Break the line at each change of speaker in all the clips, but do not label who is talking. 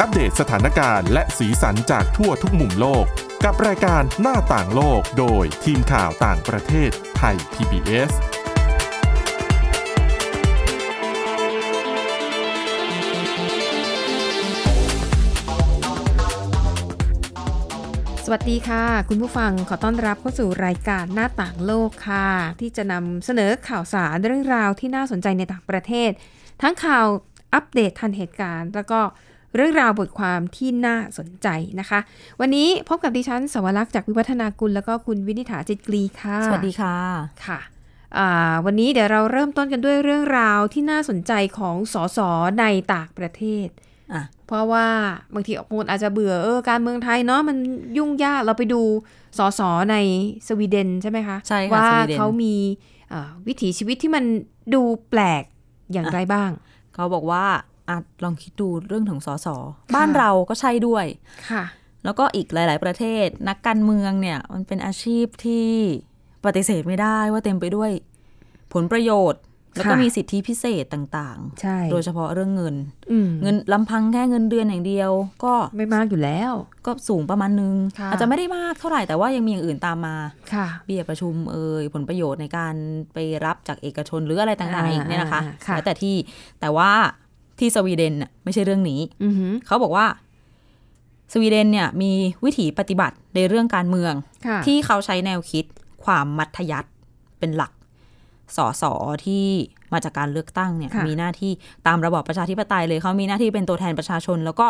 อัปเดตสถานการณ์และสีสันจากทั่วทุกมุมโลก กับรายการหน้าต่างโลกโดยทีมข่าวต่างประเทศไทย PBS
สวัสดีค่ะ คุณผู้ฟังขอต้อนรับเข้าสู่รายการหน้าต่างโลกค่ะ ที่จะนำเสนอข่าวสารเรื่องราวที่น่าสนใจในต่างประเทศ ทั้งข่าวอัปเดตทันเหตุการณ์ แล้วก็เรื่องราวบทความที่น่าสนใจนะคะ วันนี้พบกับดิฉันสวรักษ์จากวิวัฒนากุลแล้วก็คุณวินิษฐาจิตกรีค่ะ
สวัสดีค่ะ
ค่ะอ่าวันนี้เดี๋ยวเราเริ่มต้นกันด้วยเรื่องราวที่น่าสนใจของสสในต่างประเทศ
อ่ะ
เพราะว่าบางทีคนอาจจะเบื่อเออการเมืองไทยเนาะมันยุ่งยากเราไปดูสสในสวีเดนใช่ไหมคะ
ใช่ค่ะ
ว่า
สวีเดน
เขามีเอ่อวิถีชีวิตที่มันดูแปลกอย่างไรบ้าง
เขาบอกว่าอะลองคิดดูเรื่องของสสบ้านเราก็ใช่ด้วย
ค่ะ
แล้วก็อีกหลาย ๆ ประเทศ นักการเมืองเนี่ย มันเป็นอาชีพที่ปฏิเสธไม่ได้ว่าเต็มไปด้วย ผลประโยชน์ แล้วก็
ค่ะ
มีสิทธิพิเศษต่าง
ใช่
ๆ โดยเฉพาะเรื่องเงิน
อืม
เงินลำพังแค่เงินเดือนอย่างเดียว ก็
ไม่มากอยู่แล้ว
ก็สูงประมาณนึง
ค่ะ
อาจจะไม่ได้มากเท่าไหร่แต่ว่ายังมีอย่างอื่นตามมา
ค่ะ
เบี้ยประชุมเอ่ยผลประโยชน์ในการไปรับจากเอกชนหรืออะไรต่างๆ
อ่า
อีกเนี่ยนะคะ
อ่าค่ะ
แล้วแต่ที่แต่ว่าที่สวีเดนน่ะไม่ใช่เรื่องนี้
อือหือ
เขาบอกว่าสวีเดนเนี่ยมีวิถีปฏิบัติในเรื่องการเมือง
ค่ะ
ที่เขาใช้แนวคิดความมัธยัติเป็นหลักสสที่มาจากการเลือกตั้งเนี่ย
ค่ะ
มีหน้าที่ตามระบอบประชาธิปไตยเลยเขามีหน้าที่เป็นตัวแทนประชาชน แล้วก็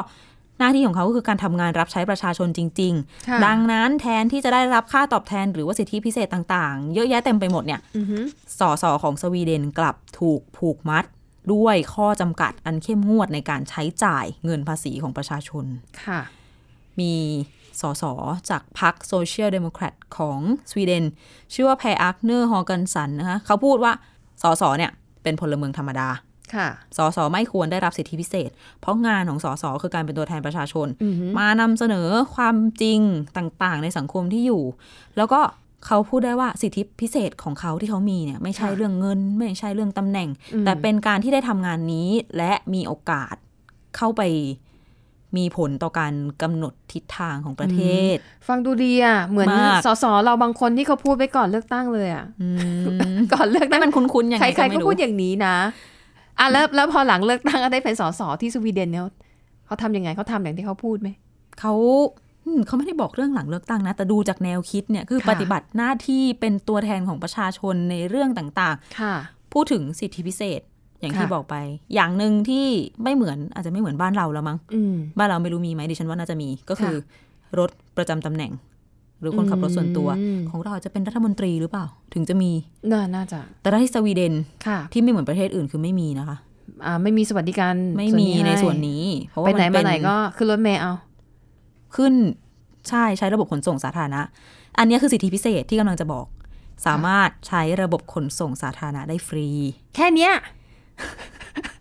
หน้าที่ของเขาก็คือการทำงานรับใช้ประชาชนจริง ๆ
ค่ะ
ดังนั้นแทนที่จะได้รับค่าตอบแทนหรือว่าสิทธิพิเศษต่างๆ เยอะแยะเต็มไปหมดเนี่ย
อือหือ
สสของสวีเดนกลับถูกผูกมัด ด้วยข้อจำกัดอันเข้มงวดในการใช้จ่ายเงินภาษีของประชาชน
ค่ะ
มีสสจากพรรคโซเชียลเดโมแครตของสวีเดน ชื่อว่าแพรอักเนอร์ฮอร์กันสันนะคะเขาพูดว่าสสเนี่ยเป็นพลเมืองธรรมดา
ค่ะ
สสไม่ควรได้รับสิทธิพิเศษ เพราะงานของสสคือการเป็นตัวแทนประชาชน
อือหือ
มานำเสนอความจริงต่างๆ ในสังคมที่อยู่ แล้วก็เขาพูดได้ว่าสิทธิพิเศษของเขาที่เขามีเนี่ยไม่ใช่เรื่องเงิน ไม่ใช่เรื่องตำแหน่ง
อืม
แต่เป็นการที่ได้ทำงานนี้และมีโอกาสเข้าไปมีผลต่อการกำหนดทิศทางของประเทศ
ฟังดูดีอ่ะเหมือน
มาก
สสเราบางคนที่เขาพูดไปก่อนเลือกตั้งเลยอ่ะ
อืม
ก่อนเลือกตั้
นั่
ง
นมันคุ้นๆอย่าง
ใคร
ไง
ใคร
ไม่
ก็
รู้
พูดอย่างนี้นะ อ่ะแล้วแล้วพอหลังเลือกตั้งก็ได้เป็นสสที่สวีเดนเนี่ยเขาทำยังไงเขาทำอย่างที่เขาพูดไหม
เขาอืมเขาไม่ได้บอกเรื่องหลังเลือกตั้งนะ แต่ดูจากแนวคิดเนี่ยคือ
ค่ะ
ปฏิบัติหน้าที่เป็นตัวแทนของประชาชนในเรื่องต่างๆ
ค่ะ
พูดถึงสิทธิพิเศษอย่างที่
ค่ะ
บอกไป อย่างหนึ่งที่ไม่เหมือนอาจจะไม่เหมือนบ้านเราแล้วมั้ง
อืม
บ้านเราไม่รู้มีไหมดิฉันว่าน่าจะมีก็คือ รถประจำตำแหน่ง หรือคนขับรถส่วนตัว
อืม
ของเราอาจจะเป็นรัฐมนตรีหรือเปล่า ถึงจะมี
น่าน่าจะ
แต่ที่สวีเดน
ค่ะ
ที่ไม่เหมือนประเทศอื่นคือไม่มีนะคะ
อ่าไม่มีสวัสดิการ
ไม่มีในส่วน
ให้
นี้ เพราะ
ไป
ว่า
ไหนมา
มันเป็น
ไหนก็ขึ้นรถเมล์เอา
ขึ้นใช่ใช้ระบบขนส่งสาธารณะ อันเนี้ยคือสิทธิพิเศษที่กำลังจะบอก สามารถใช้ระบบขนส่งสาธารณะได้ฟรี
แค่เนี้ย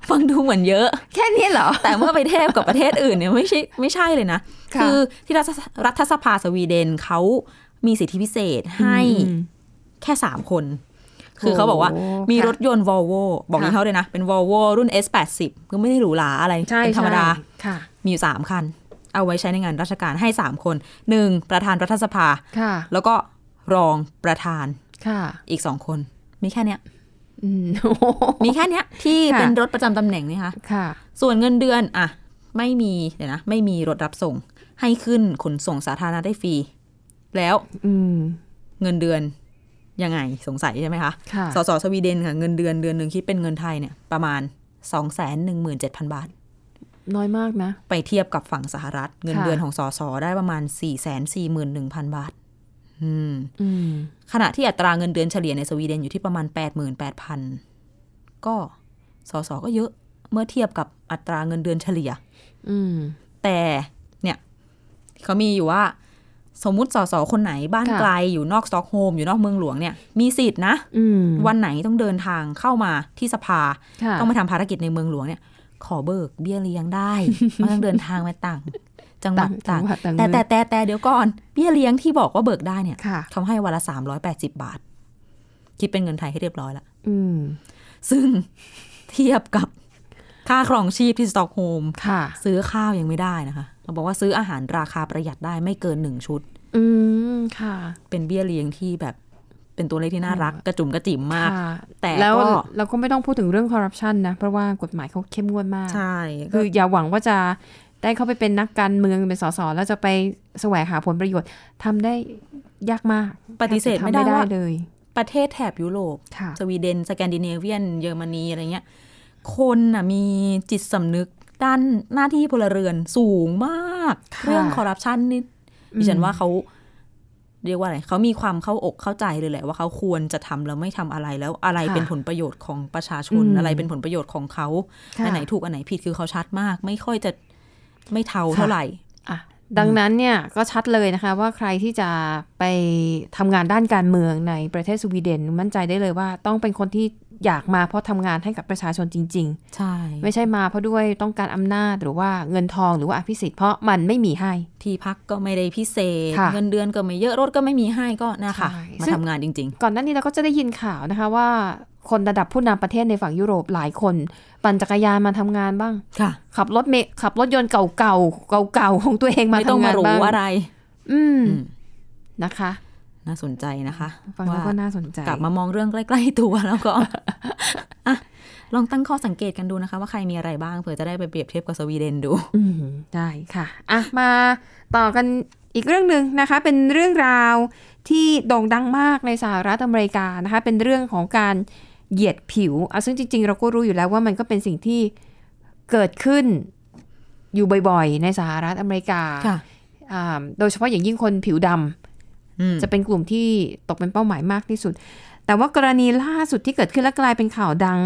ฟังดูเหมือนเยอะ
แค่เนี้ยเหรอ
แต่เมื่อไปเทียบกับประเทศอื่นเนี่ยไม่ใช่ไม่ใช่เลยนะ
ค่ะ
อที่รัฐรัฐสภาสวีเดนเขามีสิทธิพิเศษให้
อืม
แค่สามคน คือเขาบอกว่า
โอ้
มี
ค่ะ
รถยนต์ Volvo บอก
ค่ะ
ยี่ห้อเลยนะ เป็น Volvo รุ่น S80 ก็ไม่ได้หรูหราอะไร
ใช่
เป็นธรรมดา
ใช่ค่ะ
มีอยู่ 3 คัน เอาไว้ใช้ในงานราชการให้ 3 คน 1. ประธานรัฐสภา
ค่ะ
แล้วก็รองประธาน
ค่ะ
อีก 2 คน มีแค่เนี้ย
อืม
มีแค่เนี้ยที่
ค่ะ
เป็นรถประจำตำแหน่งนี่ค่ะ
ค่ะ
ส่วนเงินเดือนอะไม่มีเดี๋ยวนะ ไม่มีรถรับส่ง ให้ขึ้นขนส่งสาธารณะได้ฟรี แล้ว
อืม
เงินเดือนยังไงสงสัยใช่ไหมคะ
ค่ะ
สสสวีเดนค่ะ เงินเดือนเดือนหนึ่งคิดเป็นเงินไทยเนี่ยประมาณ 2 1 7 0 0 0 บาท
น้อยมากนะ
ไปเทียบกับฝั่งสหรัฐ เงิน
ค่ะ
เดือนของสสได้ประมาณ 4 4 1 0 0 0 บาท อืม
อืม
ขณะที่อัตราเงินเดือนเฉลี่ยในสวีเดนอยู่ที่ประมาณ 88,000 ก็สสก็เยอะเมื่อเทียบกับอัตราเงินเดือนเฉลี่ย
อืม
แต่เนี่ยเขามีอยู่ว่า สมมุติสสคนไหนบ้าน
ค่ะ
ไกลอยู่นอกสต็อกโฮล์มอยู่นอกเมืองหลวงเนี่ยมีสิทธินะ
อืม
วันไหนต้องเดินทางเข้ามาที่สภา
ค่ะ
ต้องมาทำภารกิจในเมืองหลวงเนี่ย ขอเบิกเบี้ยเลี้ยง ได้ เพราะต้องเดินทางมาต่าง จังหวัดต่าง
จัหวัดต่าง
แต่แต่แต่แต่เดี๋ยวก่อนเบี้ยเลี้ยงที่บอกว่าเบิกได้เนี่ย
ค่ะ
เขาให้วันละสามร้อยแปดสิบบาท คิดเป็นเงินไทยให้เรียบร้อยละ
อืม
ซึ่งเทียบกับ ค่าครองชีพที่สตอกโฮล์ม
ค่ะ
ซื้อข้าวยังไม่ได้นะคะเราบอกว่าซื้ออาหารราคาประหยัดได้ไม่เกินหนึ่งชุด
อืมค่ะ
เป็นเบี้ยเลี้ยงที่แบบเป็นตัวเลขที่น่ารักกระจุ๋มกระจิ๋มมาก
ค่ะ
แต่
แล้ว
ก็
เราก็ไม่ต้องพูดถึงเรื่องคอร์รัปชันนะ เพราะว่ากฎหมายเขาเข้มงวดมาก
ใช่
คื
คือ อ
อย่าหวังว่าจะได้เข้าไปเป็นนักการเมืองเป็นสสแล้วจะไปแสวงหาผลประโยชน์ทำได้ยากมาก
ปฏิเสธไม่ได้
ทำ
ว่า
เลย
ประเทศแถบยุโรป
ค่ะ
สวีเดน สแกนดิเนเวียน เยอรมนี อะไรเงี้ย คนน่ะมีจิตสำนึกด้านหน้าที่พลเรือนสูงมาก
ค่ะ
เรื่องคอร์รัปชันนี่
อืม
ดิฉันว่าเขาเรียกว่าอะไรเขามีความเข้าอกเข้าใจเลยแหละว่าเขาควรจะทำแล้วไม่ทำอะไรแล้วอะไรเป็นผลประโยชน์ของประชาชนอะไรเป็นผลประโยชน์ของเขา
ค่ะ
อันไหนถูกอันไหนผิดคือเขาชัดมาก ไม่ค่อยจะไม่เท่าเท่าไหร่
อ่ะดังนั้นเนี่ยก็ชัดเลยนะคะ ว่าใครที่จะไปทำงานด้านการเมืองในประเทศสวีเดนมั่นใจได้เลยว่า ต้องเป็นคนที่อยากมาเพราะทำงานให้กับประชาชนจริง
ใช่
ๆ ไม่ใช่มาเพราะด้วยต้องการอำนาจหรือว่าเงินทองหรือว่าอภิสิทธิ์เพราะมันไม่มีให้
ที่พักก็ไม่ได้พิเศษ
ค่ะ
เงินเดือนก็ไม่เยอะรถก็ไม่มีให้ก็นะคะ
ใช่
มา
ซึ่ง
ทำงานจริง
ก่อนหน้านี้เราก็จะได้ยินข่าวนะคะว่าคนระดับผู้นำประเทศในฝั่งยุโรปหลายคน ปั่นจักรยานมาทำงานบ้าง
ๆ ค่ะ
ขับรถเมล์ขับรถยนต์เก่าๆเก่าๆของตัวเองมา
ไม่ต้อง
ทำา
มาง
น
รู้
บ้าง
อะไร
อืม
อืม
นะคะ
น่าสนใจนะคะ
ฟังแล้วก็น่าสนใจ
กลับมามองเรื่องใกล้ ๆ ตัวแล้วก็ อ่ะลองตั้งข้อสังเกตกันดูนะคะ ว่าใครมีอะไรบ้างเผื่อจะได้ไปเปรียบเทียบกับสวีเดนดู
อืมได้ค่ะอ่ะ มาต่อกันอีกเรื่องหนึ่งนะคะ เป็นเรื่องราวที่โด่งดังมากในสหรัฐอเมริกานะคะ เป็นเรื่องของการเหยียดผิวอ่ะซึ่งจริง ๆ เราก็รู้อยู่แล้วว่ามันก็เป็นสิ่งที่เกิดขึ้นอยู่บ่อยๆ ในสหรัฐอเมริกา
ค่ะ
อ่าโดยเฉพาะอย่างยิ่งคนผิวดำ จะเป็นกลุ่มที่ตกเป็นเป้าหมายมากที่สุด แต่ว่ากรณีล่าสุดที่เกิดขึ้นและกลายเป็นข่าวดัง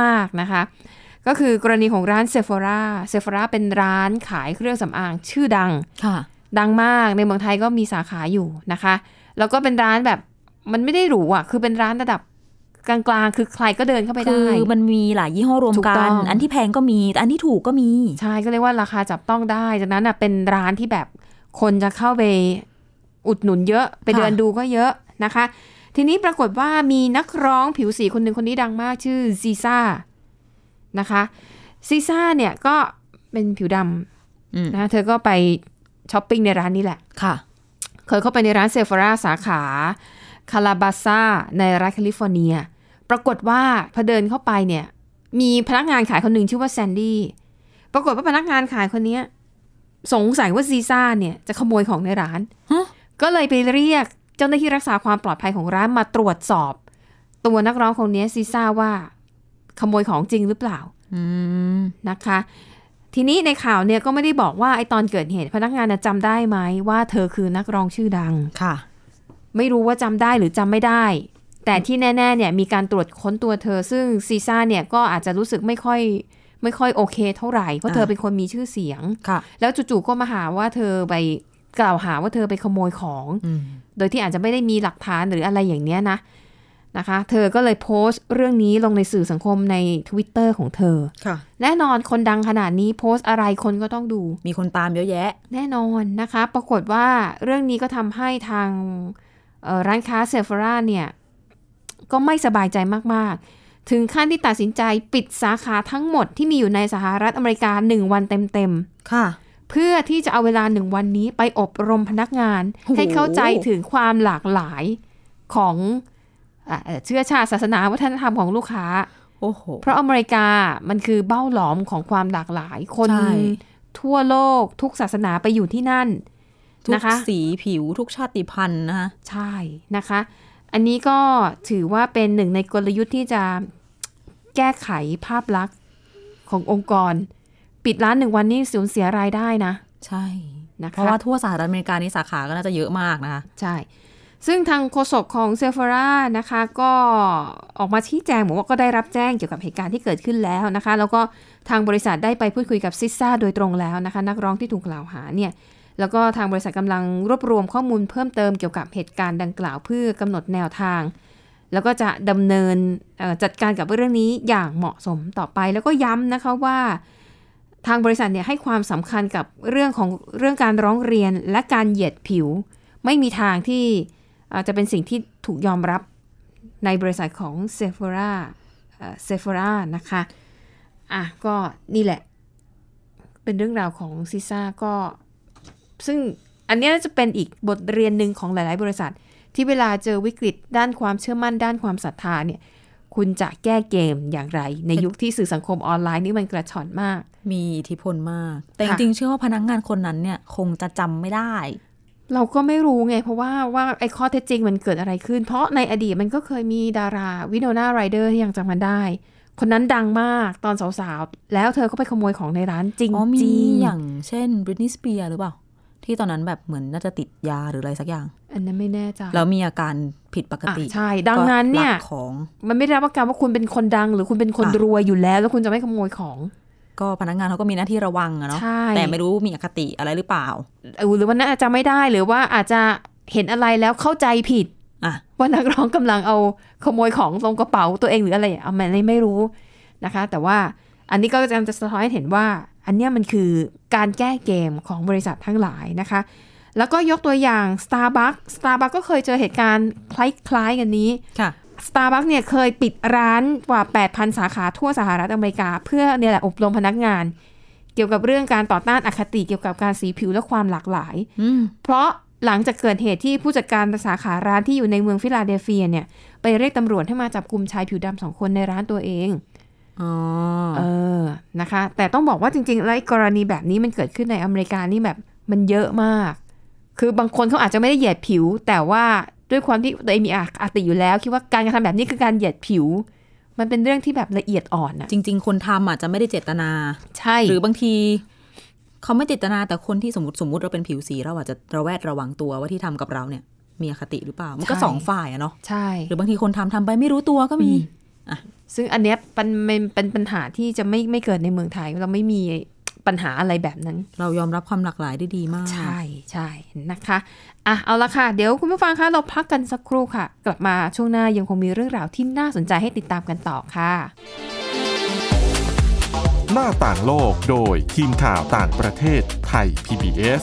มาก ๆ นะคะ ก็คือกรณีของร้านเซฟ h o ราเซฟ h o ราเป็นร้านขายเครื่องสำอางชื่อดัง
ค่ะ
ดังมาก ในเมืองไทยก็มีสาขาอยู่นะคะ แล้วก็เป็นร้านแบบมันไม่ได้หรูอ่ะ คือเป็นร้านระดับกลางๆ คือใครก็เดินเข้าไป
คื
ได้
อมันมีหลายยี่ห้อรวม
ถูก
กั
ต้อน ง
อันที่แพงก็มีแต่อันที่ถูกก็มี
ใช่ก็เรียกว่าราคาจับต้องได้ จากนั้นอ่ะเป็นร้านที่แบบคนจะเข้าไปอุดหนุนเยอะ ไป
ค่ะ
เดินดูก็เยอะนะคะ ทีนี้ปรากฏว่ามีนักร้องผิวสีคนหนึ่งคนนี้ดังมากชื่อซีซ่านะคะซีซ่าเนี่ยก็เป็นผิวด
อืม
ำนะคะเธอก็ไปช้อปปิ้งในร้านนี้แหละ
ค่ะ
เคยเข้าไปในร้านเซฟ h o ราสาขาคาลาบาซาในรัฐแคลิฟอร์เนีย ปรากฏว่าพอเดินเข้าไปเนี่ย มีพนักงานขายคนหนึ่งชื่อว่าแซนดี้ปรากฏว่าพนักงานขายคนเนี้ยสงสัยว่าซีซ่าเนี่ยจะขโมยของในร้าน
ฮะ
ก็เลยไปเรียกเจ้าหน้าที่รักษาความปลอดภัยของร้านมาตรวจสอบ ตัวนักร้องคนเนี้ยซีซ่าว่าขโมยของจริงหรือเปล่า
อืม
นะคะ ทีนี้ในข่าวเนี่ยก็ไม่ได้บอกว่าไอตอนเกิดเหตุพนักงานน่ะจำได้ไหมว่าเธอคือนักร้องชื่อดัง
ค่ะ
ไม่รู้ว่าจำได้หรือจำไม่ได้ แต่ที่แน่ ๆ เนี่ยมีการตรวจค้นตัวเธอ ซึ่งซีซ่าเนี่ยก็อาจจะรู้สึกไม่ค่อยไม่ค่อยโอเคเท่าไหร่ เพราะเธอ
อ่า
เป็นคนมีชื่อเสียง
ค่ะ
แล้วจู่ๆก็มาหาว่าเธอไปกล่าวหาว่าเธอไปขโมยของ
อืม
โดยที่อาจจะไม่ได้มีหลักฐานหรืออะไรอย่างเนี้ยนะนะคะ เธอก็เลยโพสต์เรื่องนี้ลงในสื่อสังคมใน Twitter ของเธอ
ค่ะ
แน่นอนคนดังขนาดนี้โพสต์อะไรคนก็ต้องดู
มีคนตามเยอะแยะ
แน่นอนนะคะ ปรากฏว่าเรื่องนี้ก็ทำให้ทางเอ่อร้านค้าเซฟราเนี่ย ก็ไม่สบายใจมาก ๆ ถึงขั้นที่ตัดสินใจปิดสาขาทั้งหมดที่มีอยู่ในสหรัฐอเมริกา 1 วันเต็ม
ค่ะ
ๆ เพื่อที่จะเอาเวลาหนึ่งวันนี้ไปอบรมพนักงาน
โอ้โห
ให้เข้าใจถึงความหลากหลายของอ่ะเอ่อเชื้อชาติศาสนาวัฒนธรรมของลูกค้า
โอ้โห
เพราะอเมริกามันคือเบ้าหลอมของความหลากหลาย คน
ใช่
ทั่วโลกทุกศาสนาไปอยู่ที่นั่น
ทุก
นะคะ
สีผิวทุกชาติพันธุ์นะคะ
ใช่นะคะ อันนี้ก็ถือว่าเป็นหนึ่งในกลยุทธ์ที่จะแก้ไขภาพลักษณ์ขององค์กร ปิดร้านหนึ่งวันนี่สูญเสียรายได้นะ
ใช่
นะ
เพ
คะ
ราะว่าทั่วสหรัฐอเมริกานี่สาขาก็น่าจะเยอะมากนะคะ
ใช่ ซึ่งทางโฆษกของเซฟรานะคะก็ออกมาชี้แจงบอกว่าก็ได้รับแจ้งเกี่ยวกับเหตุการณ์ที่เกิดขึ้นแล้วนะคะ แล้วก็ทางบริษัทได้ไปพูดคุยกับซิซ่าโดยตรงแล้วนะคะ นักร้องที่ถูกกล่าวหาเนี่ย แล้วก็ทางบริษัทกำลังรวบรวมข้อมูลเพิ่มเติมเกี่ยวกับเหตุการณ์ดังกล่าวเพื่อกำหนดแนวทาง แล้วก็จะดำเนินเอ่อจัดการกับเรื่องนี้อย่างเหมาะสมต่อไป แล้วก็ย้ำนะคะว่า ทางบริษัทเนี่ยให้ความสำคัญกับเรื่องของเรื่องการร้องเรียนและการเหยียดผิว ไม่มีทางที่เอ่อจะเป็นสิ่งที่ถูกยอมรับในบริษัทของเซฟ h o ราเซฟ h o รานะคะ อ่ะก็นี่แหละ เป็นเรื่องราวของซีซ่าก็ ซึ่งอันเนี้ยจะเป็นอีกบทเรียนหนึ่งของหลาย ๆ บริษัท ที่เวลาเจอวิกฤตด้านความเชื่อมั่นด้านความศรัทธาเนี่ย คุณจะแก้เกมอย่างไร ในยุคที่สื่อสังคมออนไลน์นี่มันกระชอนมาก
มีอิทธิพลมาก แต่จ
ค่ะ
ริงๆเชื่อว่าพนักงานคนนั้นเนี่ยคงจะจำไม่ได้
เราก็ไม่รู้ไง เพราะว่าว่าไอ้ข้อเท็จจริงมันเกิดอะไรขึ้น เพราะในอดีตมันก็เคยมีดาราวินโนนาไรเดอร์ที่ยังจำมันได้ คนนั้นดังมากตอนสาวๆ แล้วเธอก็ไปขโมยของในร้านจริง
อ๋อมี
ๆ
อย่างเช่นบริ t นี y สเปียหรือเปล่า ที่ตอนนั้นแบบเหมือนน่าจะติดยาหรืออะไรสักอย่าง
อันนั้นไม่แน่ใจ
แล้วมีอาการผิดปกติ
อ่ะใช่ ดังนั้นเนี่ย
ก็ลักของ
มันไม่ได้รับประกันว่าคุณเป็นคนดัง หรือคุณเป็นคน
อ่ะ
รวยอยู่แล้ว แล้วคุณจะไม่ขโมยของ
ก็พนักงานเขาก็มีหน้าที่ระวังอะเนาะ
ใช่
แต่ไม่รู้มีอคติอะไรหรือเปล่า
เออหรือว่าน่าจะไม่ได้หรือว่าอาจจะเห็นอะไรแล้วเข้าใจผิด
อ่ะ
ว่านักร้องกำลังเอาขโมยของลงกระเป๋าตัวเองหรืออะไรเอามันไม่รู้นะคะ แต่ว่าอันนี้ก็กำลังจะสะท้อนให้เห็นว่า อันเนี้ยมันคือการแก้เกมของบริษัททั้งหลายนะคะ แล้วก็ยกตัวอย่าง Starbucks Starbucks ก็เคยเจอเหตุการณ์คล้ายๆกันนี้
ค่ะ
Starbucks เนี่ยเคยปิดร้านกว่า 8,000 สาขาทั่วสหรัฐอเมริกา เพื่อเนี่ยแหละอบรมพนักงาน เกี่ยวกับเรื่องการต่อต้านอคติเกี่ยวกับการสีผิวและความหลากหลาย
อืม
เพราะหลังจากเกิดเหตุที่ผู้จัดการสาขาร้านที่อยู่ในเมืองฟิลาเดลเฟียเนี่ย ไปเรียกตำรวจให้มาจับกลุ่มชายผิวดำสองคนในร้านตัวเอง
อ๋อ
เออนะคะ แต่ต้องบอกว่าจริงๆแล้วไอ้กรณีแบบนี้มันเกิดขึ้นในอเมริกานี่แบบมันเยอะมาก คือบางคนเขาอาจจะไม่ได้เหยียดผิว แต่ว่าด้วยความที่ตัวเองมีอาติอยู่แล้ว คิดว่าการกระทำแบบนี้คือการเหยียดผิว มันเป็นเรื่องที่แบบละเอียดอ่อนนะ
จริง ๆ คนทำอาจจะไม่ได้เจตนา
ใช่
หรือบางทีเขาไม่เจตนาแต่คนที่สมมติสมมติเราเป็นผิวสีเราอาจจะระแวดระวังตัวว่าที่ทำกับเราเนี่ย มีอคติหรือเปล่า มันก็สองฝ่ายอะเนาะ
ใช่
หรือบางทีคนทำทำไปไม่รู้ตัวก็มี
ซึ่งอันเนี้ยเป็นเป็นเป็นปัญหาที่จะไม่ไม่เกิดในเมืองไทย เราไม่มีปัญหาอะไรแบบนั้น
เรายอมรับความหลากหลายได้ดีมาก
ใช่ใช่นะคะอ่ะเอาละค่ะ เดี๋ยวคุณผู้ฟังคะเราพักกันสักครู่ค่ะ กลับมาช่วงหน้ายังคงมีเรื่องราวที่น่าสนใจให้ติดตามกันต่อค่ะ
หน้าต่างโลกโดยทีมข่าวต่างประเทศไทย PBS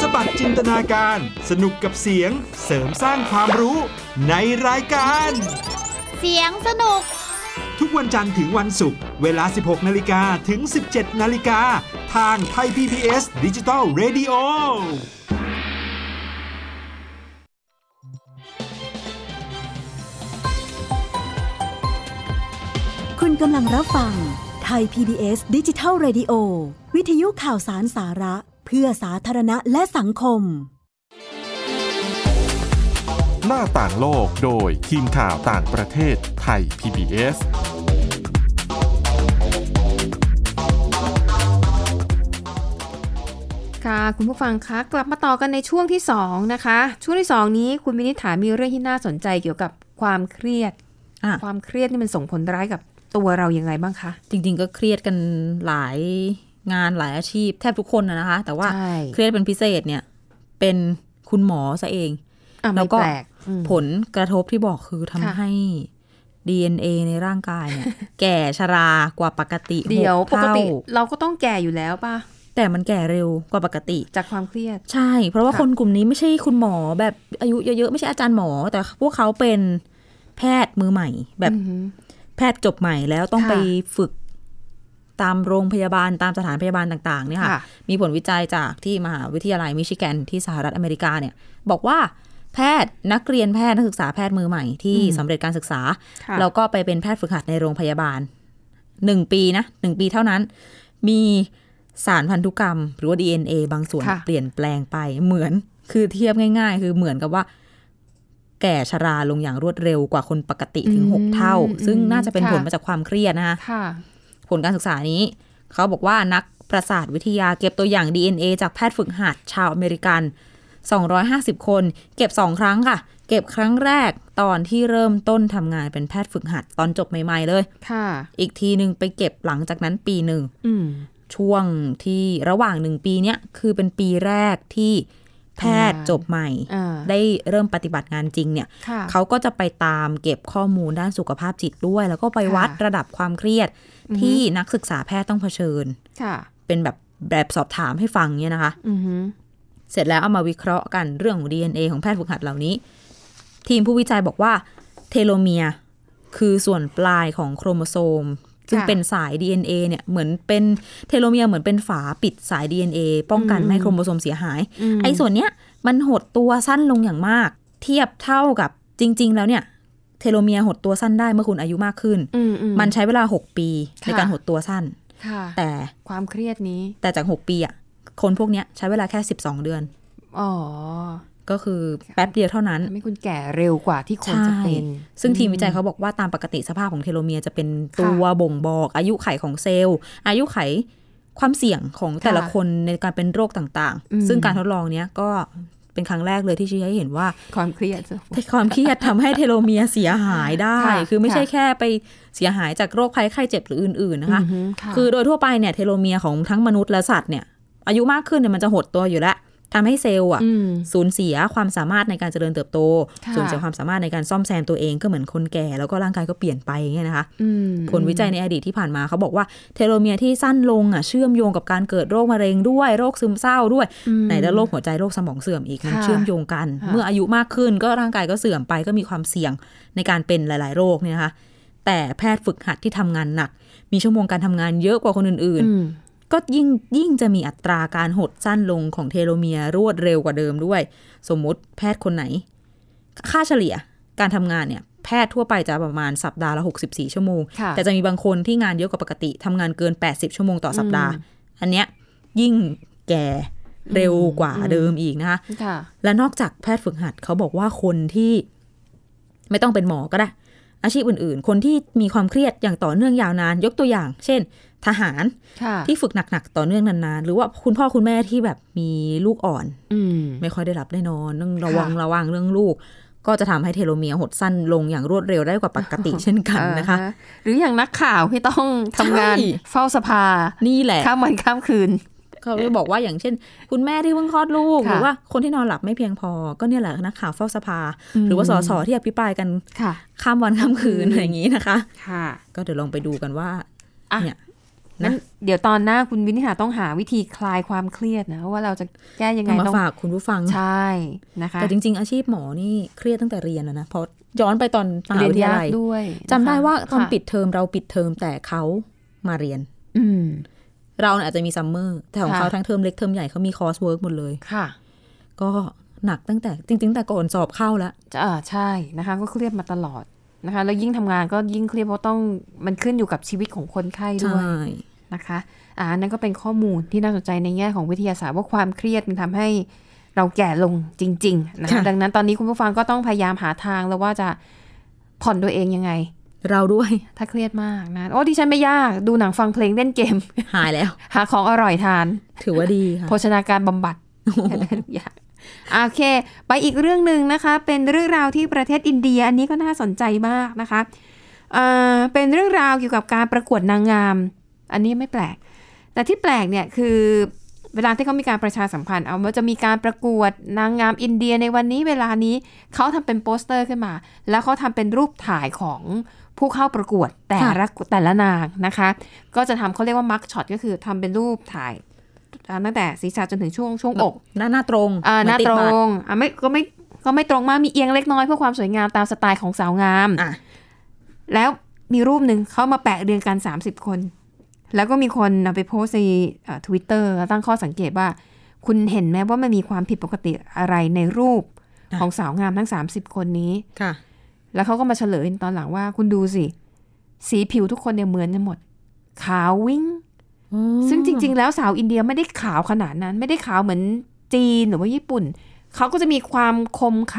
สบัดจินตนาการ สนุกกับเสียง เสริมสร้างความรู้ในรายการ
เสียงสนุก
ทุกวันจันทร์ถึงวันศุกร์เวลา 16 นาฬิกาถึง 17 นาฬิกา ทางไทย PPS ดิจิทัล Radio
คุณกำลังรับฟังไทย PBS ดิจิทัล Radio วิทยุข่าวสารสาระ เพื่อสาธารณะและสังคม
หน้าต่างโลกโดยทีมข่าวต่างประเทศไทย PBS
ค่ะคุณผู้ฟังคะกลับมาต่อกันในช่วงที่ 2 นะคะ ช่วงที่ 2 นี้คุณวินิษฐามีเรื่องที่น่าสนใจเกี่ยวกับความเครียด
อ่ะ
ความเครียดนี่มันส่งผลร้ายกับตัวเราอย่างไรบ้างคะ
จริง ๆ ก็เครียดกันหลายงานหลายอาชีพ แทบทุกคนนะนะคะ แต่ว่า
ใช่
เครียดเป็นพิเศษเนี่ย เป็นคุณหมอซะเอง
อ่ะ
แล้
ไม่
วก็
แปลกอืม
ผลกระทบที่บอกคือทำ
ค่ะ
ให้ DNA ในร่างกาย เนี่ย แก่ชรากว่าปกติ
เดี๋ยว
ห
ปก
เท่า
ติเราก็ต้องแก่อยู่แล้วป่ะ
แต่มันแก่เร็วกว่าปกติ
จากความเครียด
ใช่ เพราะว่า
ค่ะ
คนกลุ่มนี้ไม่ใช่คุณหมอแบบอายุเยอะๆ ไม่ใช่อาจารย์หมอ แต่พวกเขาเป็นแพทย์มือใหม่ แบบ
อือหือ
แพทย์จบใหม่แล้วต้อง
ค่ะ
ไปฝึกตามโรงพยาบาลตามสถานพยาบาลต่างๆเนี่ยค่ะ
ค่ะ
มีผลวิจัยจากที่มหาวิทยาลัยมิชิแกนที่สหรัฐอเมริกาเนี่ย บอกว่าแพทย์นักเรียนแพทย์นักศึกษาแพทย์มือใหม่ที่สำเร็จการศึกษา
ค่ะ
แล้วก็ไปเป็นแพทย์ฝึกหัดในโรงพยาบาลหนึ่งปีนะหนึ่งปีเท่านั้น มีสารพันธุกรรม หรือว่า DNA บางส่วน
ค่ะ
เปลี่ยนแปลงไปเหมือนคือเทียบง่าย ๆ คือเหมือนกับว่า แก่ชราลงอย่างรวดเร็วกว่าคนปกติถึง 6 เท่า ซึ่งน่าจะเป็นผลมาจากความเครียดนะคะ
ค่ะ
ผลการศึกษานี้ เขาบอกว่านัก ประสาทวิทยาเก็บตัวอย่าง DNA จากแพทย์ฝึกหัดชาวอเมริกัน 250 คน เก็บ 2 ครั้งค่ะ เก็บครั้งแรกตอนที่เริ่มต้นทำงานเป็นแพทย์ฝึกหัดตอนจบใหม่ๆเลย
ค่ะ
อีกทีหนึ่งไปเก็บหลังจากนั้นปีหนึ่ง
อืม
ช่วงที่ระหว่างหนึ่งปีเนี้ยคือเป็นปีแรกที่แพทย์
ทำงาน
จบใหม่
อ่า
ได้เริ่มปฏิบัติงานจริงเนี่ย
ค่ะ
เขาก็จะไปตามเก็บข้อมูลด้านสุขภาพจิตด้วย แล้วก็ไปวัด
ค่ะ
ระดับความเครียดที่นักศึกษาแพทย์ต้องเผชิญ
ค่ะ
เป็นแบบแบบสอบถามให้ฟังเนี่ยนะคะ
อือหือ
เสร็จแล้วเอามาวิเคราะห์กันเรื่องของ DNA ของแพทย์ฝึกหัดเหล่านี้ ทีมผู้วิจัยบอกว่าเทโลเมียร์คือส่วนปลายของโครโมโซม ซึ่งเป็นสาย DNA เนี่ยเหมือนเป็นเทโลเมียร์เหมือนเป็นฝาปิดสาย DNA ป้องกันไม่ให้โครโมโซมเสียหาย ไอ้ส่วนเนี้ยมันหดตัวสั้นลงอย่างมาก เทียบเท่ากับจริง ๆ แล้วเนี่ยเทโลเมียร์หดตัวสั้นได้เมื่อคุณอายุมากขึ้น
อืมอืม
มันใช้เวลา 6 ปีใน
ค่ะ
การหดตัวสั้น
ค่ะ
แต่
ความเครียดนี้
แต่จาก 6 ปีอะคนพวกเนี้ยใช้เวลาแค่ 12 เดือน
อ๋อ
ก็คือแป๊บเดียวเท่านั้น
ไม่คุณแก่เร็วกว่าที่ควรจะเป็น
ซึ่งทีมวิจัยเขาบอกว่าตามปกติสภาพของเทโลเมียร์จะเป็นตัวบ่งบอก อายุไขของเซลล์ อายุไขความเสี่ยงของแต่ละ
ค่ะ
คนในการเป็นโรคต่าง
อืม
ๆ ซึ่งการทดลองเนี้ยก็เป็นครั้งแรกเลยที่ชี้ให้เห็นว่า
ความเครียด
ความเครียดทำให้เทโลเมียร์เสียหายได้
ค่ะ
คือไม่ใช่
ค่ะ
แค่ไปเสียหายจากโรคภัยไข้เจ็บหรืออื่นๆนะคะ
หืะ
คือโดยทั่วไปเนี่ยเทโลเมียร์ของทั้งมนุษย์และสัตว์เนี่ยอายุมากขึ้นเนี่ยมันจะหดตัวอยู่แล้วทำให้เซลล์อ่ะ
ม
สูญเสียความสามารถในการเจริญเติบโต
ค่ะ
สูญเสียความสามารถในการซ่อมแซมตัวเองก็เหมือนคนแก่ แล้วก็ร่างกายก็เปลี่ยนไปอย่างเงี้ยนะคะ
อืม
ผลวิจัยในอดีตที่ผ่านมาเขาบอกว่าเทโลเมียร์ที่สั้นลงอ่ะเชื่อมโยงกับการเกิดโรคมะเร็งด้วยโรคซึมเศร้าด้วย
อืม
ไหนจะโรคหัวใจโรคสมองเสื่อมอีกมัน
ค่ะ
เชื่อมโยงกัน
ค่ะ
เมื่ออายุมากขึ้นก็ร่างกายก็เสื่อมไปก็มีความเสี่ยงในการเป็นหลาย ๆ โรคเนี่ยนะคะแต่แพทย์ฝึกหัดที่ทำงานหนัก มีชั่วโมงการทำงานเยอะกว่าคนอื่น
อืม
ๆ ก็ยิ่งยิ่งจะมีอัตราการหดสั้นลงของเทโลเมียร์รวดเร็วกว่าเดิมด้วย สมมุติแพทย์คนไหน ค่าเฉลี่ยการทำงานเนี่ย แพทย์ทั่วไปจะประมาณสัปดาห์ละ 64 ชั่วโมง
ค่ะ
แต่จะมีบางคนที่งานเยอะกว่าปกติทำงานเกิน 80 ชั่วโมงต่อสัปดาห์
อืม
อันเนี้ยยิ่งแก่เร็วกว่าเดิมอีกนะคะ
ค่ะ
และนอกจากแพทย์ฝึกหัดเขาบอกว่าคนที่ไม่ต้องเป็นหมอก็ได้ อาชีพอื่นๆ คนที่มีความเครียดอย่างต่อเนื่องยาวนาน ยกตัวอย่าง เช่น ทหาร
ค่ะ
ที่ฝึกหนักๆต่อเนื่องนานๆ หรือว่าคุณพ่อคุณแม่ที่แบบมีลูกอ่อน
อืม
ไม่ค่อยได้หลับได้นอนต้องระวัง
ค่ะ
ระวังเรื่องลูก ก็จะทำให้เทโลเมียร์หดสั้นลงอย่างรวดเร็วได้กว่าปกติ เช่นกันนะคะ
อ่าฮหรืออย่างนักข่าวที่ต้องทำงาน
ใช่
เฝ้าสภา
นี่แหละ
ข้ามวันข้ามคืน
เขาจะบอกว่าอย่างเช่น คุณแม่ที่เพิ่งคลอดลูก
ค่ะ
หรือว่าคนที่นอนหลับไม่เพียงพอ ก็เนี่ยแหละนักข่าวเฝ้าสภา
อืม
หรือว่าสสที่อภิปรายกัน
ค่ะ
ข้ามวันข้ามคืนอย่างนี้นะคะ
ค่ะ
ก็เดี๋ยวลองไปดูกันว่า
อ่ะ
เนี่ย
นั้น
นะ
เดี๋ยวตอนหน้าคุณวินิหาต้องหาวิธีคลายความเครียดนะ ว่าเราจะแก้ยังไง
เอามา
ต้อง
ฝากคุณผู้ฟัง
ใช่นะคะ
แต่จริง ๆ อาชีพหมอนี่เครียดตั้งแต่เรียนแล้วนะเพราะย้อนไปตอนมหา
เรีย
วิท
นา
ยาย
ก
ลัย
ด้วย
จำได้ว่าตอน
ค่ะ
ปิดเทอมเราปิดเทอมแต่เขามาเรียน
อืม
เราเนี่ยอาจจะมีซัมเมอร์แต่ของ
ค่ะ
เขาทั้งเทอมเล็กเทอมใหญ่เขามีคอร์สเวิร์กหมดเลย
ค่ะ
ก็หนักตั้งแต่จริง ๆ แต่ก่อนสอบเข้าแล้ว
จะอ่าใช่นะคะ ก็เครียดมาตลอดนะคะ แล้วยิ่งทำงานก็ยิ่งเครียดเพราะต้องมันขึ้นอยู่กับชีวิตของคนไข้ด้วยนะคะอ่าอันนั่นก็เป็นข้อมูลที่น่าสนใจในแง่ของวิทยาศาสตร์ว่าความเครียดมันทำให้เราแก่ลงจริง ๆ นะคะ
ค่ะ
ดังนั้นตอนนี้คุณผู้ฟังก็ต้องพยายามหาทางแล้วว่าจะผ่อนตัวเองยังไง
เราด้วย
ถ้าเครียดมากนะโอ้ดิฉันไม่ยากดูหนังฟังเพลงเล่นเกม
หายแล้ว
หาของอร่อยทาน
ถือว่าดีค่ะ
โภชนาการบำบัดได้ทุกอย่างอ่ะโอเค ไปอีกเรื่องหนึ่งนะคะ เป็นเรื่องราวที่ประเทศอินเดีย อันนี้ก็น่าสนใจมากนะคะเอ่อเป็นเรื่องราวเกี่ยวกับการประกวดนางงาม อันนี้ไม่แปลก แต่ที่แปลกเนี่ยคือเวลาที่เขามีการประชาสัมพันธ์เอาว่าจะมีการประกวดนางงามอินเดียในวันนี้เวลานี้เขาทำเป็นโปสเตอร์ขึ้นมา แล้วเขาทำเป็นรูปถ่ายของผู้เข้าประกวดแต่
ค่ะ
ละแต่ละนางนะคะ ก็จะทำเขาเรียกว่ามักช็อตก็คือทำเป็นรูปถ่าย อ่าตั้งแต่ศีรษะจนถึงช่วงช่วงอก
หน้าหน้าตรง
อ่าหน้า
เมือ
ตร
ดบั
งอ่าไม่ก็ไม่ก็ไม่ตรงมากมีเอียงเล็กน้อยเพื่อความสวยงามตามสไตล์ของสาวงาม
อ่ะ
แล้วมีรูปหนึ่งเขามาแปะเรียงกัน 30 คน แล้วก็มีคนนำไปโพสต์ในทวิตเตอร์ตั้งข้อสังเกตว่า คุณเห็นไหมว่ามันมีความผิดปกติอะไรในรูปของสาวงามทั้ง 30 คนนี้
ค่ะ
แล้วเขาก็มาเฉลยตอนหลังว่าคุณดูสิ สีผิวทุกคนเนี่ยเหมือนกันหมด ขาววิ่ง ซึ่งจริง ๆ แล้วสาวอินเดียไม่ได้ขาวขนาดนั้น ไม่ได้ขาวเหมือนจีนหรือว่าญี่ปุ่น เขาก็จะมีความคมข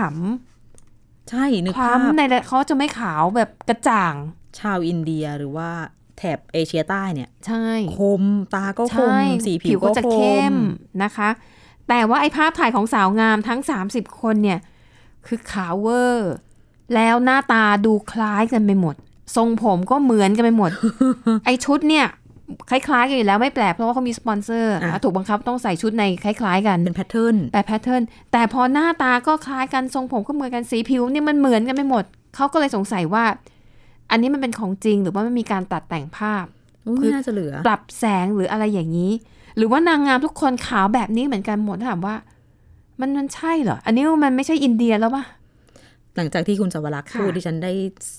ๆ ใช่นึก
ำความ
ภาพ
ในเขาจะไม่ขาวแบบกระจ่าง
ชาวอินเดียหรือว่า แถบเอเชียใต้เนี่ย
ใช่
คมตาก็คม
ใช่
สีผิว
ก็
ก็
จะ
ค
เข้
ม
มนะคะ แต่ว่าไอ้ภาพถ่ายของสาวงามทั้ง 30 คนเนี่ย คือขาวเวอร์ แล้วหน้าตาดูคล้ายกันไปหมด ทรงผมก็เหมือนกันไปหม ด ไอ้ชุดเนี่ย คล้ายๆกันอยู่แล้วไม่แปลกเพราะว่าเขามีสปอนเซอร์อ่ะถูกบังคับต้องใส่ชุดในคล้าย ๆ กัน
เป็นแพทเทิร์น
แต่แพทเทิร์นแต่พอหน้าตาก็คล้ายกันทรงผมก็เหมือนกันสีผิวเนี่ยมันเหมือนกันไปหมด เขาก็เลยสงสัยว่า อันนี้มันเป็นของจริงหรือว่ามันมีการตัดแต่งภาพ
อุ๊ย
คือ
ไม่น่าจะเหลือ
ปรับแสงหรืออะไรอย่างนี้ หรือว่านางงามทุกคนขาวแบบนี้เหมือนกันหมดถามว่า มันมันใช่เหรอ อันนี้มันไม่ใช่อินเดียแล้วปะ
หลังจากที่คุณสวรักษ์
ค่ะ
พูดดิฉันได้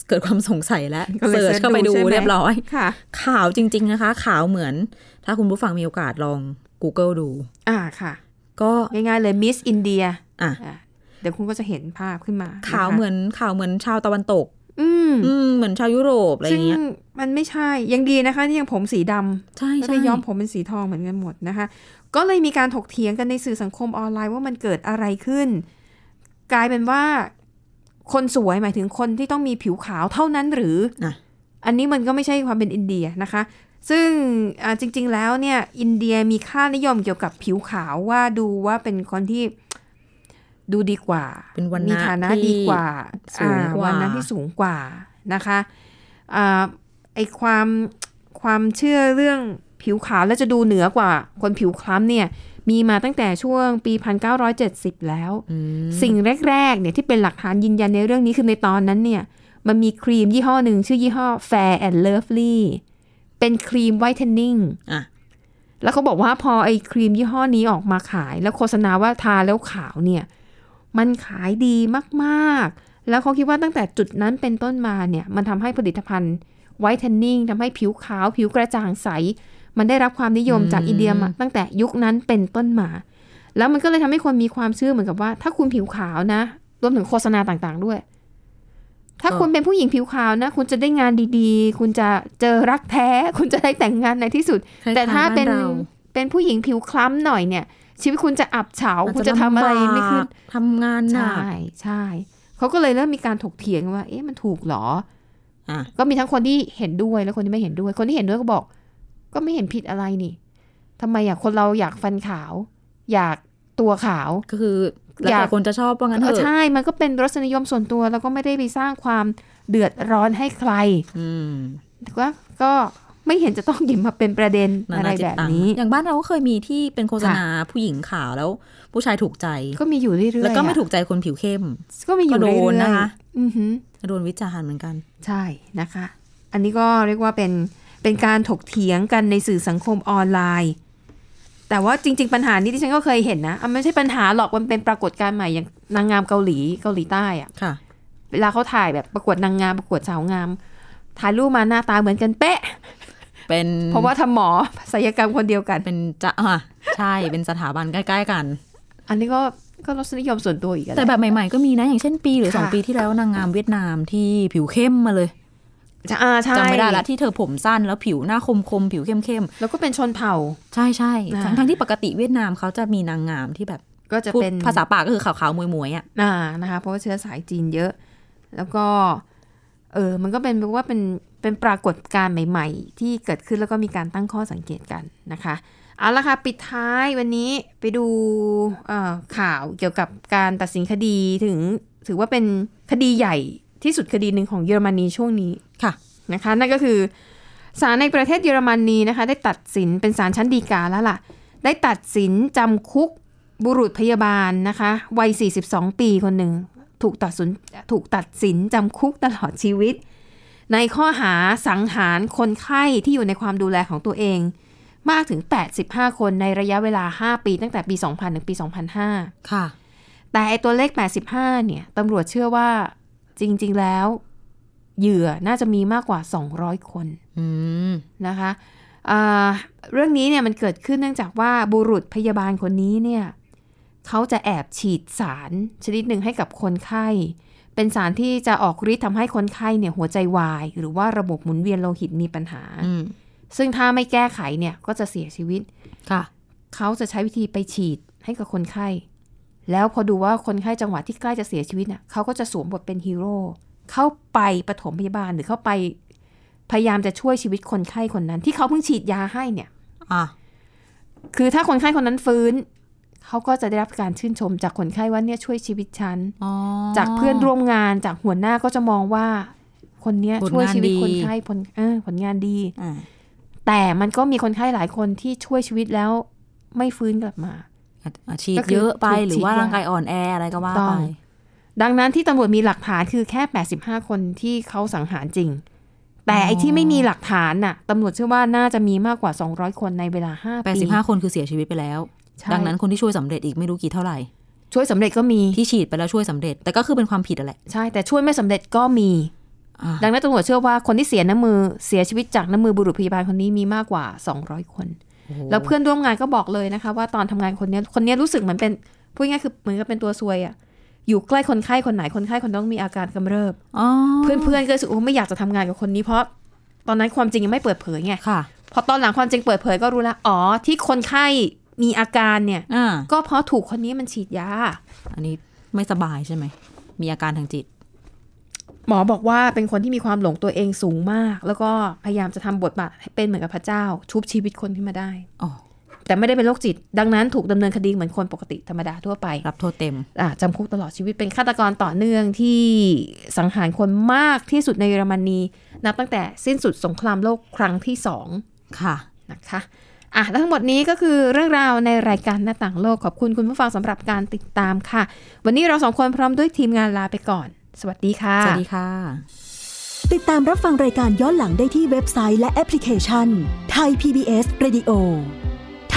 เกิดความสงสัยแล้ว
ก็เลย
เสิร์ชเข้าไปดู
เสิร์ชดูใช่ไหม
เรียบร้อย
ค่ะ
ขาวจริง ๆนะคะ ขาวเหมือน ถ้าคุณผู้ฟังมีโอกาสลอง Google ดู
อ่าค่ะ
ก็
ง่ายๆเลยมิสอินเดีย
อ่ะ
เดี๋ยวคุณก็จะเห็นภาพขึ้นมานะคะ
ขาวเหมือนขาวเหมือนชาวตะวันตก
อืม
อืมเหมือนชาวยุโรปอะไรอ
ซึ่ง
ย่างเงี้ย
มันไม่ใช่ยังดีนะคะที่ยังผมสีดำ
ใช่
แล้ว
ใช่
ไปย้อมผมเป็นสีทองเหมือนกันหมดนะคะ ก็เลยมีการถกเถียงกันในสื่อสังคมออนไลน์ว่ามันเกิดอะไรขึ้น กลายเป็นว่า คนสวยหมายถึงคนที่ต้องมีผิวขาวเท่านั้นหรือ
อ่ะ
อันนี้มันก็ไม่ใช่ความเป็นอินเดียนะคะ ซึ่งอ่าจริง ๆ แล้วเนี่ยอินเดียมีค่านิยมเกี่ยวกับผิวขาวว่าดูว่าเป็นคนที่ดูดีกว่า
เป็นวัน
มี
นะ
ฐานะ
ที่
ดีกว่า
สูงก
อ่
ว่า
วันนะที่สูงกว่านะคะอ่าไอความความเชื่อเรื่องผิวขาวแล้วจะดูเหนือกว่า คนผิวคล้ำเนี่ยมีมาตั้งแต่ช่วงปี 1970 แล้ว
อืม
สิ่งแรกๆเนี่ยที่เป็นหลักฐานยืนยันในเรื่องนี้คือในตอนนั้นเนี่ยมันมีครีมยี่ห้อหนึ่งชื่อยี่ห้อ Fair and Lovely เป็นครีมไวท์เทนนิ่ง
อ่ะ
แล้วเขาบอกว่าพอไอ้ครีมยี่ห้อนี้ออกมาขาย แล้วโฆษณาว่าทาแล้วขาวเนี่ย มันขายดีมากๆ แล้วเขาคิดว่าตั้งแต่จุดนั้นเป็นต้นมาเนี่ย มันทำให้ผลิตภัณฑ์ไวท์เทนนิ่งทำให้ผิวขาว ผิวกระจ่างใส มันได้รับความนิยมจากอินเดียมาตั้งแต่ยุคนั้นเป็นต้นมา แล้วมันก็เลยทำให้คนมีความเชื่อเหมือนกับว่า ถ้าคุณผิวขาวนะรวมถึงโฆษณาต่างๆด้วย ถ้าคุณเป็นผู้หญิงผิวขาวนะ คุณจะได้งานดีๆ คุณจะเจอรักแท้ คุณจะได้แต่งงานในที่สุด
คล้ยๆ
แต่ถ้าเป็น
บ้ร
เป็นผู้หญิงผิวคล้ำหน่อยเนี่ย ชีวิตคุณจะอับเฉา
า
คุณจะทำอะไร
ลำบาก
ไม่ขึ้น
ทำงานหนั
ใช่
ก
ใช่เขาก็เลยเริ่มมีการถกเถียงว่า เอ๊ะมันถูกเหรอ
อ่ะ
ก็มีทั้งคนที่เห็นด้วยและคนที่ไม่เห็นด้วย คนที่เห็นด้วยก็บอก ก็ไม่เห็นผิดอะไรนี่ทำไมอยากคนเราอยากฟันขาว อยากตัวขาว
ก็คือแล้ว
อยาก
แต่คนจะชอบว่างั้นเถ
เออ
อะ
ใช่ มันก็เป็นรสนิยมส่วนตัวแล้วก็ไม่ได้ไปสร้างความเดือดร้อนให้ใคร
อืม
ก็ก็ไม่เห็นจะต้องหยิบมาเป็นประเด็น
นา
อะไร
นาจิ
แบ
ต
บ
ตัง
นี้
ค์อย่างบ้านเราก็เคยมีที่เป็นโฆษ
ค่ะ
ณาผู้หญิงขาวแล้ว ผู้ชายถูกใจ
ก็มีอยู่เรื่อยๆ
แล้วก็ไม่
อะ
ถูกใจคนผิวเข้ม
ก็มีอยู่
ก็โด
เรื่
น
อย
นะคะ
ๆอือหือ
โดนวิจารณ์เหมือนกัน
ใช่นะคะ อันนี้ก็เรียกว่าเป็นเป็นการถกเถียงกันในสื่อสังคมออนไลน์ แต่ว่าจริง ๆ ปัญหานี้ที่ฉันก็เคยเห็นนะอ่ะมันไม่ใช่ปัญหาหรอกมันเป็นปรากฏการณ์ใหม่อย่างนางงามเกาหลีเกาหลีใต้อะ
ค่ะ
เวลาเขาถ่ายแบบประกวดนางงามประกวดสาวงาม ถ่ายรูปมาหน้าตาเหมือนกันเป๊ะ
เป็น
เพราะว่าทำหมอศัลยกรรมคนเดียวกัน
เป็นจะอ่ะใช่ เป็นสถาบันใกล้ๆกัน
อันนี้ก็ก็รสนิยมส่วนตัวอีกอะ
แต่
ห
แบ
ละ
บใหม่ๆ ก็มีนะ อย่างเช่นปีหรือ
ค่ะ
2 ปีที่แล้วนางงามเวียดนามที่ผิวเข้มมาเลย
จะอ่าใช่
จำไม่ได้ละที่เธอผมสั้นแล้วผิวหน้าคมๆผิวเข้ม
แล้วก็เป็นชนเผ่า
ๆ ใช่ใช่
อ่า
ทั้งทั้งๆที่ปกติเวียดนามเขาจะมีนางงามที่แบบ
ก็จะ
พูด
เป็น
ภาษาปากก็คือขาวๆมวยๆอ่ะ
อ่านะคะเพราะว่าเชื้อสายจีนเยอะ แล้วก็เออมันก็เป็นเพราะว่าเป็นเป็นปรากฏการณ์ใหม่ ๆ ที่เกิดขึ้นแล้วก็มีการตั้งข้อสังเกตกันนะคะเอาละค่ะปิดท้ายวันนี้ไปดูเอ่อข่าวเกี่ยวกับการตัดสินคดีถึงถือว่าเป็นคดีใหญ่ที่สุดคดีหนึ่งของเยอรมนีช่วงนี้
ค่ะ
นะคะนั่นก็คือศาลในประเทศเยอรมนีนะคะ ได้ตัดสินเป็นศาลชั้นฎีกาแล้วล่ะ ได้ตัดสินจำคุกบุรุษพยาบาลนะคะวัย 42 ปีคนหนึ่ง ถูกตัดสินถูกตัดสินจำคุกตลอดชีวิต ในข้อหาสังหารคนไข้ที่อยู่ในความดูแลของตัวเอง มากถึง 85 คนในระยะเวลา 5 ปีตั้งแต่ปี 2000 ถึงปี 2005
ค่ะ
แต่ไอตัวเลข 85 เนี่ย ตำรวจเชื่อว่าจริง ๆ แล้ว เหยื่อน่าจะมีมากกว่า 200 คน
อืม
นะคะเอ่อเรื่องนี้เนี่ยมันเกิดขึ้นเนื่องจากว่าบุรุษพยาบาลคนนี้เนี่ยเขาจะแอบฉีดสารชนิดหนึ่งให้กับคนไข้ เป็นสารที่จะออกฤทธิ์ทำให้คนไข้เนี่ยหัวใจวาย หรือว่าระบบหมุนเวียนโลหิตมีปัญหา
อืม
ซึ่งถ้าไม่แก้ไขเนี่ยก็จะเสียชีวิต
ค่ะ
เขาจะใช้วิธีไปฉีดให้กับคนไข้ แล้วพอดูว่าคนไข้จังหวะที่ใกล้จะเสียชีวิตน่ะเขาก็จะสวมบทเป็นฮีโร่ เข้าไปปฐมพยาบาลหรือเข้าไป พยายามจะช่วยชีวิตคนไข้คนนั้น ที่เขาเพิ่งฉีดยาให้เนี่ย
อ่ะ
คือถ้าคนไข้คนนั้นฟื้น เขาก็จะได้รับการชื่นชมจากคนไข้ว่าเนี่ยช่วยชีวิตฉัน
อ๋อ
จากเพื่อนร่วมงานจากหัวหน้าก็จะมองว่า คนเนี้ย
ผลงาน
ช่วยชีวิตคน
ดี
ไข้ผลเออผลงานดี
อ่ะ
แต่มันก็มีคนไข้หลายคนที่ช่วยชีวิตแล้วไม่ฟื้นกลับมา
อ่ะอ่ะฉีด
ก็คือ
เยอะไป
ถูก
หรือว่า
ฉีดยา
ร่างกายอ่อนแออะไรก็ว่า
ต้
ไป
อง ดังนั้นที่ตำรวจมีหลักฐานคือแค่ 85 คนที่เขาสังหารจริง แต่ไอ้ที่ไม่มีหลักฐานน่ะตำรวจเชื่อว่าน่าจะมีมากกว่า 200 คนในเวลา 5 ปี
85 คนคือเสียชีวิตไปแล้ว
ใช่
ดังนั้นคนที่ช่วยสำเร็จอีกไม่รู้กี่เท่าไหร่
ช่วยสำเร็จก็มี
ที่ฉีดไปแล้วช่วยสำเร็จ แต่ก็คือเป็นความผิดอะแหละ
ใช่ แต่ช่วยไม่สำเร็จก็มี
อ่ะ
ดังนั้นตำรวจเชื่อว่าคนที่เสียน้ำมือเสียชีวิตจากน้ำมือบุรุษพยาบาลคนนี้มีมากกว่า 200 คน
โอ้โห
แล้วเพื่อนร่วมงานก็บอกเลยนะคะ ว่าตอนทำงานคนเนี้ยคนเนี้ยรู้สึกเหมือนเป็นพูดง่ายๆคือเหมือนกับเป็นตัวซวยอะอยู่ใกล้คนไข้คนไหนคนไข้คนต้องมีอาการกำเริบ
อ๋อ
เพื่อนๆก็รู้สึกโอ้ไม่อยากจะทำงานกับคนนี้เพราะ ตอนนั้นความจริงยังไม่เปิดเผยไง
ค่ะ
พอตอนหลังความจริงเปิดเผยก็รู้แล้วอ๋อที่คนไข้มีอาการเนี่ย
อ่า
ก็เพราะถูกคนนี้มันฉีดยา
อันนี้ไม่สบายใช่ไหมมีอาการทางจิต
หมอบอกว่าเป็นคนที่มีความหลงตัวเองสูงมาก แล้วก็พยายามจะทำบทบาทให้เป็นเหมือนกับพระเจ้า ชุบชีวิตคนขึ้นมาได้
อ๋อ
แต่ไม่ได้เป็นโรคจิต ดังนั้นถูกดำเนินคดีเหมือนคนปกติธรรมดาทั่วไป
รับโทษเต็ม
อ่ะจำคุกตลอดชีวิตเป็นฆาตกรต่อเนื่องที่สังหารคนมากที่สุดในเยอรมนี นับตั้งแต่สิ้นสุดสงครามโลกครั้งที่สอง
ค่ะ
นะคะอ่ะและทั้งหมดนี้ก็คือเรื่องราวในรายการหน้าต่างโลกขอบคุณคุณผู้ฟังสำหรับการติดตามค่ะ วันนี้เราสองคนพร้อมด้วยทีมงานลาไปก่อน สวัสดีค่ะ
สวัสดีค่ะ
ติดตามรับฟังรายการย้อนหลังได้ที่เว็บไซต์และแอปพลิเคชันไทย PBS Radio ไท